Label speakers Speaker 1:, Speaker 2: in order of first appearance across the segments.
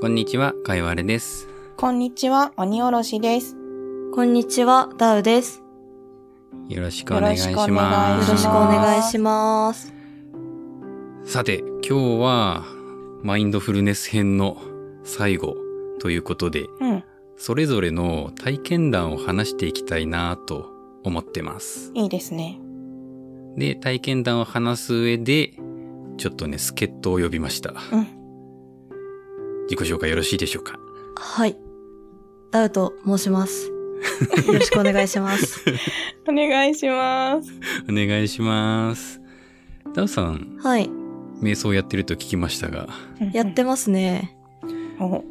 Speaker 1: こんにちは、かいわれです。
Speaker 2: こんにちは、鬼おろしです。
Speaker 3: こんにちは、ダウです。
Speaker 1: よろしくお願いし
Speaker 3: よ
Speaker 1: ま
Speaker 3: ろ
Speaker 1: す。
Speaker 3: しくお願いします。
Speaker 1: さて、今日は、マインドフルネス編の最後ということで、
Speaker 2: うん、
Speaker 1: それぞれの体験談を話していきたいなと思ってます。
Speaker 2: いいですね。
Speaker 1: で、体験談を話す上で、ちょっとね、助っ人を呼びました。
Speaker 2: うん、
Speaker 1: 自己紹介よろしいでしょうか
Speaker 3: はい。ダウと申します。よろしくお願いします。
Speaker 2: お願いします。
Speaker 1: お願いします。ダウさん、
Speaker 3: はい。
Speaker 1: 瞑想やってると聞きましたが、
Speaker 3: やってますね。
Speaker 2: お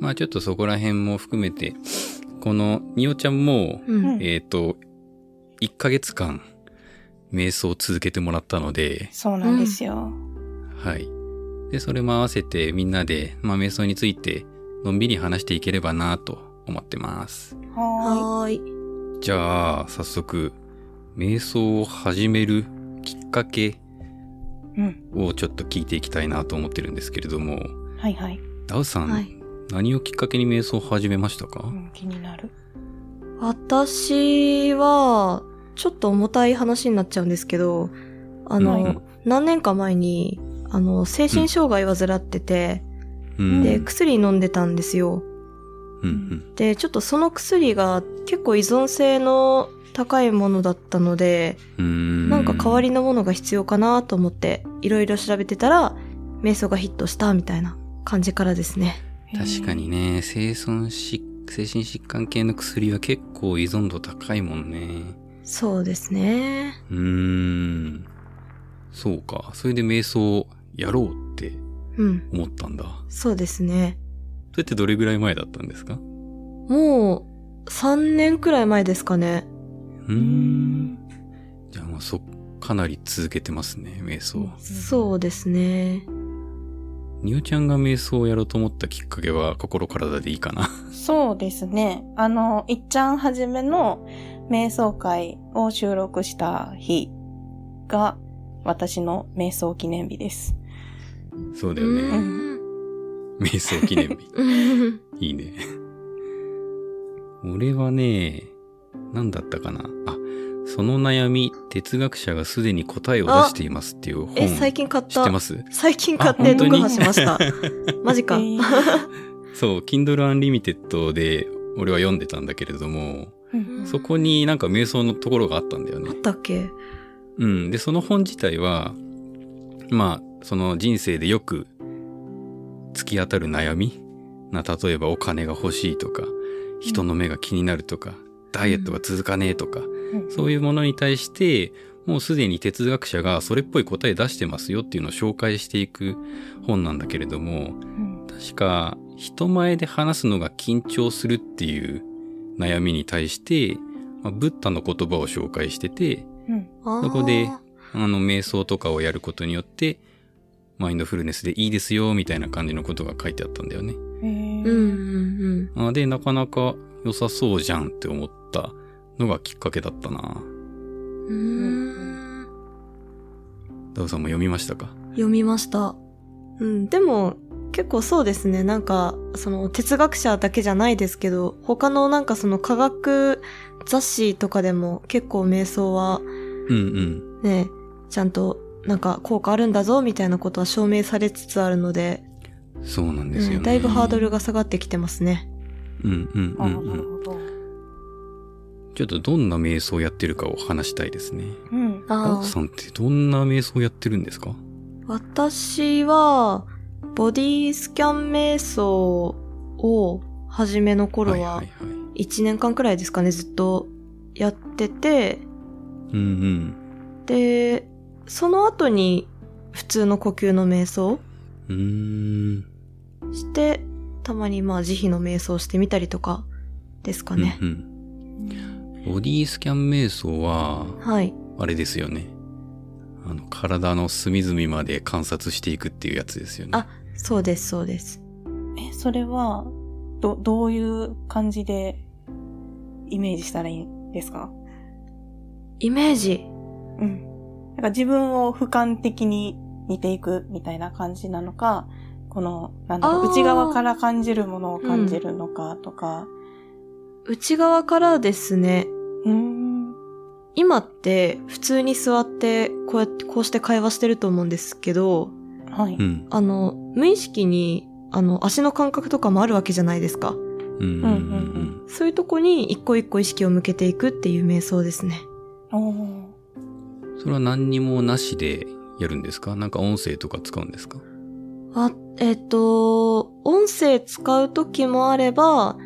Speaker 1: まあちょっとそこら辺も含めて、この、におちゃんも、
Speaker 3: うん。
Speaker 1: えっ、と、1ヶ月間、瞑想を続けてもらったので、
Speaker 2: そうなんですよ。
Speaker 1: はい。で、それも合わせてみんなで、まあ、瞑想について、のんびり話していければなと思ってます。
Speaker 2: は
Speaker 3: はーい。
Speaker 1: じゃあ、早速、瞑想を始めるきっかけ
Speaker 2: ーい。うん、
Speaker 1: をちょっと聞いていきたいなと思ってるんですけれども、
Speaker 2: はいはい。
Speaker 1: ダウさん、
Speaker 3: はい。
Speaker 1: 何をきっかけに瞑想を始めましたか、
Speaker 2: うん、気になる。
Speaker 3: 私は、ちょっと重たい話になっちゃうんですけど、あの、
Speaker 1: うん
Speaker 3: 何年か前に、あの、精神障害を患ってて、
Speaker 1: うん
Speaker 3: で、薬飲んでたんですよ。
Speaker 1: うん
Speaker 3: で、ちょっとその薬が結構依存性の高いものだったので、
Speaker 1: うん
Speaker 3: なんか代わりのものが必要かなと思って、いろいろ調べてたら、瞑想がヒットしたみたいな感じからですね。
Speaker 1: 確かにね、生存し、精神疾患系の薬は結構依存度高いもんね。
Speaker 3: そうですね。
Speaker 1: うーん。そうか。それで瞑想をやろうって
Speaker 3: うん。
Speaker 1: 思ったんだ。
Speaker 3: そうですね。
Speaker 1: それってどれぐらい前だったんですか
Speaker 3: もう、3年くらい前ですかね。
Speaker 1: うーん。じゃあもうそ、かなり続けてますね、瞑想。
Speaker 3: そうですね。
Speaker 1: におちゃんが瞑想をやろうと思ったきっかけは、心体でいいかな。
Speaker 2: そうですね。あの、いっちゃんはじめの瞑想会を収録した日が私の瞑想記念日です。
Speaker 1: そうだ
Speaker 3: う
Speaker 1: よ
Speaker 3: ー
Speaker 1: ね。
Speaker 3: ん。
Speaker 1: 瞑想記 念日。いいね。俺はね、何だったかな。あ、その悩み、哲学者がすでに答えを出していますっていう本。
Speaker 3: え、最近買っ
Speaker 1: 知って
Speaker 3: た
Speaker 1: ま。す
Speaker 3: 最近買っ
Speaker 2: あ
Speaker 3: て
Speaker 2: 本当に
Speaker 3: 読破しま した。マジか。
Speaker 2: えー
Speaker 1: そう、Kindle Unlimited で俺は読んでたんだけれども、
Speaker 2: うん
Speaker 1: そこになんか瞑想のところがあったんだよ
Speaker 3: あっ
Speaker 1: ね。
Speaker 3: たっけ
Speaker 1: うん。で、その本自体は、まあ、その人生でよく突き当たる悩みな、例えばお金が欲しいとか、人の目が気になるとか、ダイエットが続かねえとか、
Speaker 2: うん
Speaker 1: そういうものに対して、もうすでに哲学者がそれっぽい答え出してますよっていうのを紹介していく本なんだけれども、
Speaker 2: うん
Speaker 1: 確か人前で話すのが緊張するっていう悩みに対して、まあブッダの言葉を紹介してて、
Speaker 2: うん
Speaker 3: そ
Speaker 1: そこであの瞑想とかをやることによって、マインドフルネスでいいですよみたいな感じのことが書いてあったんだよね。
Speaker 2: え
Speaker 3: うんうん
Speaker 2: ー
Speaker 3: うん。
Speaker 1: あで、なかなか良さそうじゃんって思ったのがきっかけだったな。
Speaker 3: うーん
Speaker 1: ダウさんも読みましたか
Speaker 3: 読みました。うん、でも結構そうですね。なんか、その哲学者だけじゃないですけど、他のなんかその科学雑誌とかでも結構瞑想は
Speaker 1: うんうん。
Speaker 3: ね、ちゃんとなんか効果あるんだぞみたいなことは証明されつつあるので、
Speaker 1: そうなんですよね。
Speaker 3: うん、だいぶハードルが下がってきてますね。
Speaker 1: うんうん
Speaker 2: あ
Speaker 1: う
Speaker 2: あ、
Speaker 1: ん
Speaker 2: な
Speaker 1: う
Speaker 2: る
Speaker 1: ん。
Speaker 2: ほど。
Speaker 1: ちょっとどんな瞑想をやってるかを話したいですね。
Speaker 2: うん。
Speaker 1: ダ
Speaker 3: あ
Speaker 1: ウ
Speaker 3: あ、
Speaker 1: さんってどんな瞑想をやってるんですか
Speaker 3: 私はボディスキャン瞑想を初めの頃はい
Speaker 1: はいい
Speaker 3: 1年間くらいですかね、ずっとやってて、
Speaker 1: うん
Speaker 3: で、その後に普通の呼吸の瞑想
Speaker 1: うん。うーん。
Speaker 3: して、たまにまあ慈悲の瞑想してみたりとかですかね。
Speaker 1: うんうん。ボディスキャン瞑想は、
Speaker 3: はい。
Speaker 1: あれですよね。あの、体の隅々まで観察していくっていうやつですよね。
Speaker 3: あそうです、そうです。
Speaker 2: え、それは、ど、どういう感じでイメージしたらいいんですか
Speaker 3: イメージ。
Speaker 2: うん。なんか自分を俯瞰的に見ていくみたいな感じなのか、この、なんだろ
Speaker 3: あー
Speaker 2: う、内側から感じるものを感じるのかとか。
Speaker 3: 内側からですね、
Speaker 2: うーん。
Speaker 3: 今って普通に座ってこうやって、こうして会話してると思うんですけど、
Speaker 2: はい。
Speaker 1: うん。
Speaker 3: あの、無意識に、あの、足の感覚とかもあるわけじゃないですか。
Speaker 1: うん。うん。うん。
Speaker 3: そういうとこに一個一個意識を向けていくっていう瞑想ですね。
Speaker 2: おー
Speaker 1: それは何にもなしでやるんですかなんか音声とか使うんですか
Speaker 3: あ、えっ、と、音声使う時もあれば、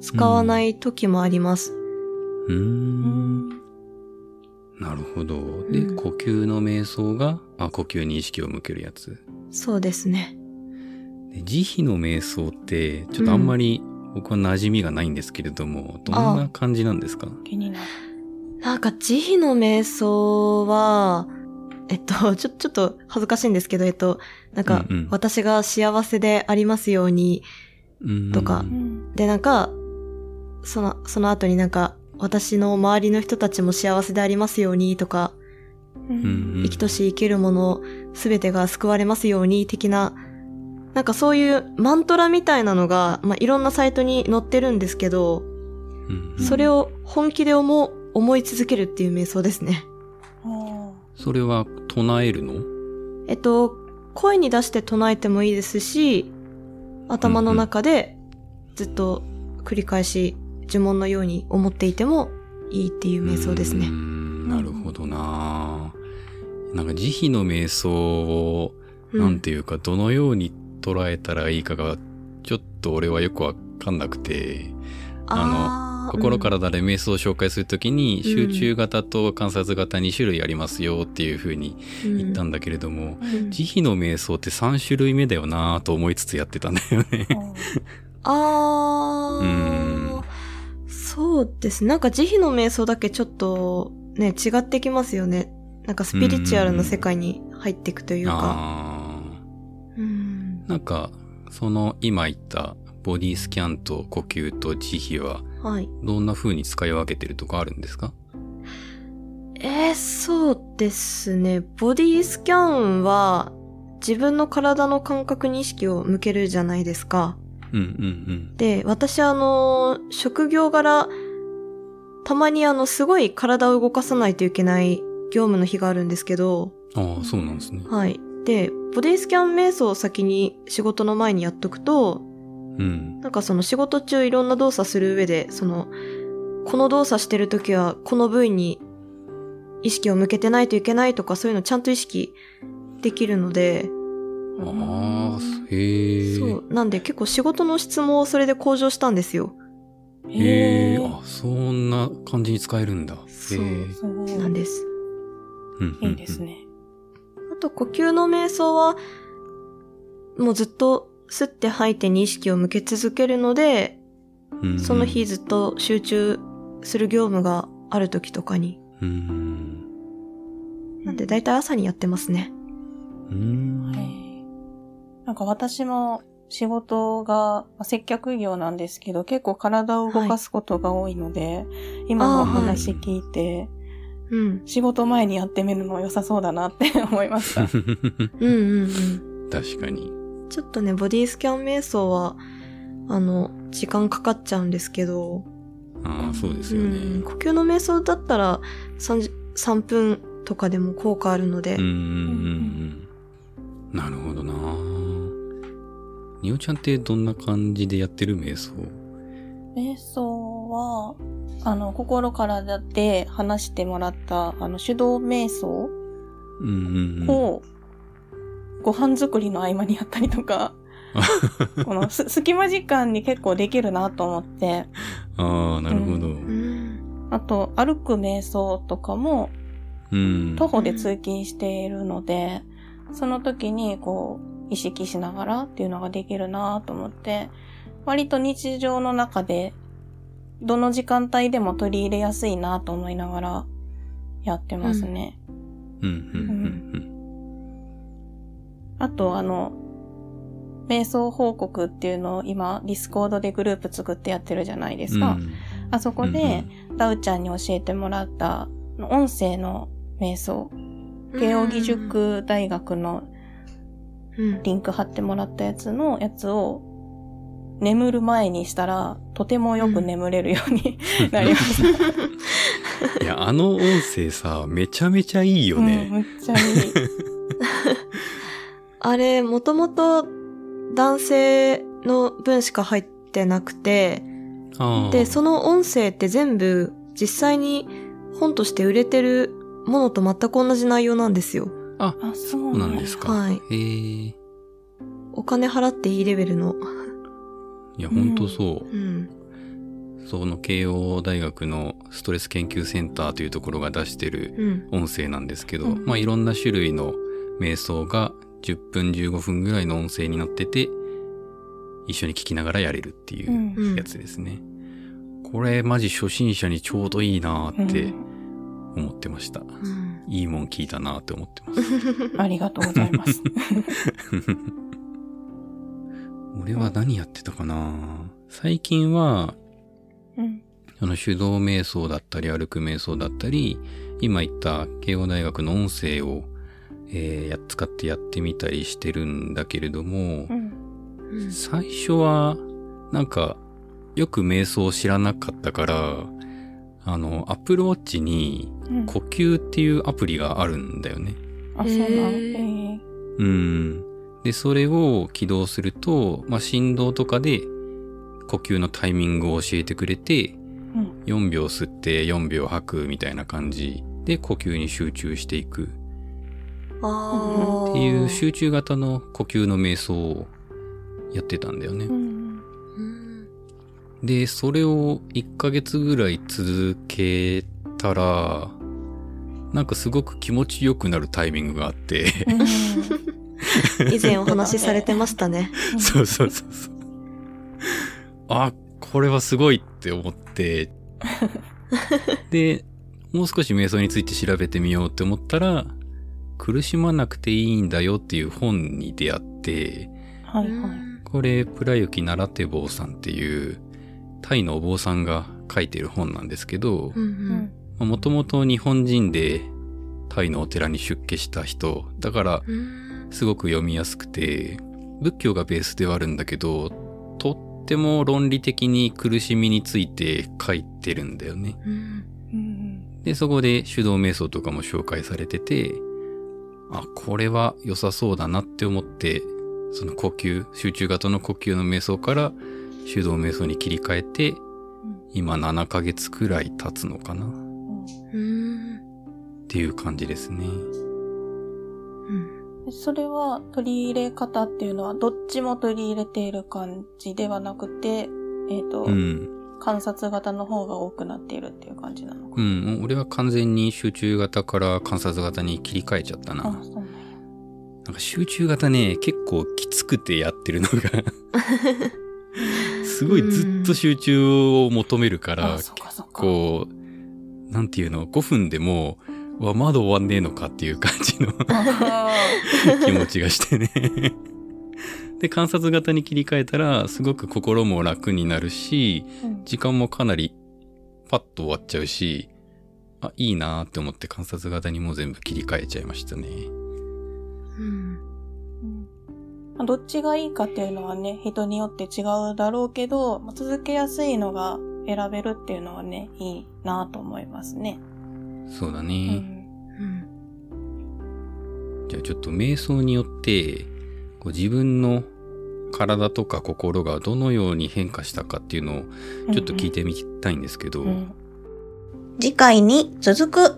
Speaker 3: 使わない時もあります。
Speaker 1: うー。
Speaker 2: うんん
Speaker 1: なるほど。で、
Speaker 3: うん
Speaker 1: 呼吸の瞑想が、あ、呼吸に意識を向けるやつ。
Speaker 3: そうですね。
Speaker 1: で慈悲の瞑想って、ちょっとあんまり僕は馴染みがないんですけれども、どんな感じなんですか
Speaker 2: 気になる。
Speaker 3: なんか、慈悲の瞑想は、えっと、 ちょ、ちょっと恥ずかしいんですけど、えっと、なんか、
Speaker 1: うんうん
Speaker 3: 私が幸せでありますように、
Speaker 1: うん
Speaker 3: とか
Speaker 2: うん。
Speaker 3: で、なんか、その、その後になんか、私の周りの人たちも幸せでありますようにとか、
Speaker 2: う
Speaker 1: うんうん
Speaker 3: 生きとし生けるものすべてが救われますように的な、なんかそういうマントラみたいなのが、まあ、いろんなサイトに載ってるんですけど、
Speaker 1: うんうん
Speaker 3: それを本気で思う、思い続けるっていう瞑想ですね。
Speaker 2: おー
Speaker 1: それは唱えるの
Speaker 3: えっと、声に出して唱えてもいいですし、頭の中でずっと繰り返し呪文のように思っていてもいいっていう瞑想です
Speaker 1: うー
Speaker 3: ね。
Speaker 1: んなるほどななんか慈悲の瞑想を、
Speaker 3: う
Speaker 1: なんていうか、どのように捉えたらいいかが、ちょっと俺はよくわかんなくて、
Speaker 3: あー
Speaker 1: 心からだで瞑想を紹介するときに、
Speaker 3: うん
Speaker 1: 集中型と観察型2種類ありますよっていうふうに言ったんだけれども、
Speaker 3: うんうん
Speaker 1: 慈悲の瞑想って3種類目だよなと思いつつやってたんだよね。
Speaker 2: おー
Speaker 3: あーそうですね。なんか慈悲の瞑想だけちょっとね、違ってきますよね。なんかスピリチュアルな世界に入っていくというか。
Speaker 1: あ
Speaker 3: うん
Speaker 1: ーなんか、その今言ったボディスキャンと呼吸と慈悲は、
Speaker 3: はい。
Speaker 1: どんな風に使い分けてるとかあるんですか
Speaker 3: えー、そうですね。ボディスキャンは自分の体の感覚に意識を向けるじゃないですか。
Speaker 1: うんうん
Speaker 3: で、私あの、職業柄、たまにあの、すごい体を動かさないといけない業務の日があるんですけど、
Speaker 1: うん。ああ、そうなんですね。
Speaker 3: はい。で、ボディスキャン瞑想を先に仕事の前にやっとくと、
Speaker 1: うん。
Speaker 3: なんかその仕事中いろんな動作する上で、その、この動作してる時はこの部位に意識を向けてないといけないとかそういうのちゃんと意識できるので、
Speaker 1: ああ、へえ。
Speaker 3: そう。なんで結構仕事の質もそれで向上したんですよ。
Speaker 1: へ
Speaker 2: へ
Speaker 1: え。
Speaker 2: ー
Speaker 1: あ、そんな感じに使えるんだ。
Speaker 3: そう
Speaker 1: へえ
Speaker 2: すごい。
Speaker 3: なんです。
Speaker 1: うんうんうん
Speaker 2: いいですね。
Speaker 3: あと呼吸の瞑想は、もうずっと吸って吐いてに意識を向け続けるので、
Speaker 1: うん
Speaker 3: その日ずっと集中する業務がある時とかに。
Speaker 1: うん。
Speaker 3: なんで大体朝にやってますね。
Speaker 1: うん。
Speaker 2: はいなんか私も仕事が、まあ接客業なんですけど、結構体を動かすことが多いので、今のお話聞いて、
Speaker 3: うん。
Speaker 2: 仕事前にやってみるの良さそうだなって 思い ました。
Speaker 3: うんうんうん。
Speaker 1: 確かに。
Speaker 3: ちょっとね、ボディスキャン瞑想は、あの、時間かかっちゃうんですけど、
Speaker 1: ああ、そうです
Speaker 3: う
Speaker 1: よ
Speaker 3: ん、
Speaker 1: ね。
Speaker 3: 呼吸の瞑想だったら3、3分とかでも効果あるので
Speaker 1: うんうん、うんうん。なるほどな。におちゃんってどんな感じでやってる瞑想
Speaker 2: 瞑想は、あの、心からだって話してもらった、あの、手動瞑想
Speaker 1: うんうんうん。
Speaker 2: を、ご飯作りの合間にやったりとか、このす隙間時間に結構できるなと思って、
Speaker 1: ああ、なるほど。
Speaker 3: うん。
Speaker 2: あと、歩く瞑想とかも、
Speaker 1: うん。
Speaker 2: 徒歩で通勤しているので、その時にこう、意識しながらっていうのができるなと思って、割と日常の中で、どの時間帯でも取り入れやすいなと思いながらやってますね。
Speaker 1: うんうん
Speaker 2: あと、あの、瞑想報告っていうのを今、ディスコードでグループ作ってやってるじゃないで
Speaker 1: うんう
Speaker 2: す
Speaker 1: ん。
Speaker 2: か。
Speaker 1: うん
Speaker 2: あそこで、ダウちゃんに教えてもらった、音声の瞑想慶應義塾大学の
Speaker 3: うん
Speaker 2: リンク貼ってもらったやつのやつを眠る前にしたら、とてもよく眠れるようになりました。
Speaker 1: いや、あの音声さ、めちゃめちゃいいよ
Speaker 2: うん
Speaker 1: ね。
Speaker 2: めっちゃいい。
Speaker 3: あれ、もともと男性の分しか入ってなくて、
Speaker 1: ああ。
Speaker 3: で、その音声って全部実際に本として売れてるものと全く同じ内容なんですよ。
Speaker 2: あ、そ
Speaker 1: そううな
Speaker 2: な
Speaker 1: んん
Speaker 2: や
Speaker 1: ですか。
Speaker 3: はい。
Speaker 1: へえ。
Speaker 3: お金払っていいレベルの。
Speaker 1: いや、ほんとそう。
Speaker 3: うん。
Speaker 1: その慶応大学のストレス研究センターというところが出してる
Speaker 3: うん。
Speaker 1: 音声なんですけど、
Speaker 2: うん
Speaker 1: まあいろんな種類の瞑想が10分15分ぐらいの音声になってて、一緒に聞きながらやれるっていううん
Speaker 3: うん
Speaker 1: やつですね。これマジ初心者にちょうどいいなーって思ってました。
Speaker 3: うん
Speaker 1: いいもん聞いたなーって思って ます。
Speaker 2: うんありがとうござ います。
Speaker 1: 俺は何やってたかな最近は、
Speaker 2: うん
Speaker 1: あの、手動瞑想だったり、歩く瞑想だったり、今言った慶応大学の音声を、えーやっ使ってやってみたりしてるんだけれども、
Speaker 2: うん
Speaker 3: うん
Speaker 1: 最初は、なんか、よく瞑想を知らなかったから、あの、Apple Watch に
Speaker 2: うん
Speaker 1: 呼吸っていうアプリがあるんだよね。
Speaker 2: あ、そうなん
Speaker 3: へ
Speaker 2: え
Speaker 3: ー
Speaker 2: ー
Speaker 1: うん。で、それを起動すると、まあ、振動とかで呼吸のタイミングを教えてくれて、
Speaker 2: うん
Speaker 1: 4秒吸って4秒吐くみたいな感じで呼吸に集中していく
Speaker 3: ああ。
Speaker 1: っていう集中型の呼吸の瞑想をやってたんだよね
Speaker 2: う。ん
Speaker 3: うん
Speaker 1: で、それを1ヶ月ぐらい続けたら、なんかすごく気持ちよくなるタイミングがあって、
Speaker 2: うん
Speaker 3: 以前お話しされてましたね。
Speaker 1: そうそうそうそう。あ、これはすごいって思 って。で、もう少し瞑想について調べてみようって思ったら、苦しまなくていいんだよっていう本に出会って、
Speaker 2: はいは
Speaker 1: これ、プラユキ・ナラテボーさんっていう、タイのお坊さんが書いてる本なんですけど
Speaker 3: う、
Speaker 2: い。
Speaker 3: ん
Speaker 1: もともと日本人でタイのお寺に出家した人、だから
Speaker 3: うんうん
Speaker 1: すごく読みやすくて、仏教がベースではあるんだけど、とっても論理的に苦しみについて書いてるんだよね。
Speaker 3: うん
Speaker 2: うん
Speaker 1: で、そこで手動瞑想とかも紹介されてて、あ、これは良さそうだなって思って、その呼吸、集中型の呼吸の瞑想から手動瞑想に切り替えて、今7ヶ月くらい経つのかなっ
Speaker 3: うん
Speaker 1: ていう感じですね。
Speaker 3: うん
Speaker 2: うんそれは取り入れ方っていうのはどっちも取り入れている感じではなくて、えっ、と、
Speaker 1: うん。
Speaker 2: 観察型の方が多くなっているっていう感じなのか。
Speaker 1: うん、俺は完全に集中型から観察型に切り替えちゃったな。
Speaker 2: あ、そうなんや
Speaker 1: なんか集中型ね、結構きつくてやってるのが、 すごいずっと集中を求めるから、
Speaker 2: あ、
Speaker 1: 結
Speaker 2: そっかそっか。
Speaker 1: 構、なんていうの、5分でも、うわ、まだ終わんねえのかっていう感じ の
Speaker 2: あ
Speaker 1: 気持ちがしてね。で、観察型に切り替えたら、すごく心も楽になるし、
Speaker 2: ーうん
Speaker 1: 時間もかなりパッと終わっちゃうし、あ、いいなーって思って観察型にもう全部切り替えちゃいましたね。
Speaker 3: う
Speaker 2: う
Speaker 3: ん
Speaker 2: んまあどっちがいいかっていうのはね、人によって違うだろうけど、まあ続けやすいのが選べるっていうのはね、いいなと思いますね。
Speaker 1: そうだ
Speaker 2: う
Speaker 1: ね。
Speaker 2: ん
Speaker 3: うん
Speaker 1: じゃあちょっと瞑想によって、こう自分の体とか心がどのように変化したかっていうのをちょっと聞いてみたいんですけど、
Speaker 2: うん次回に続く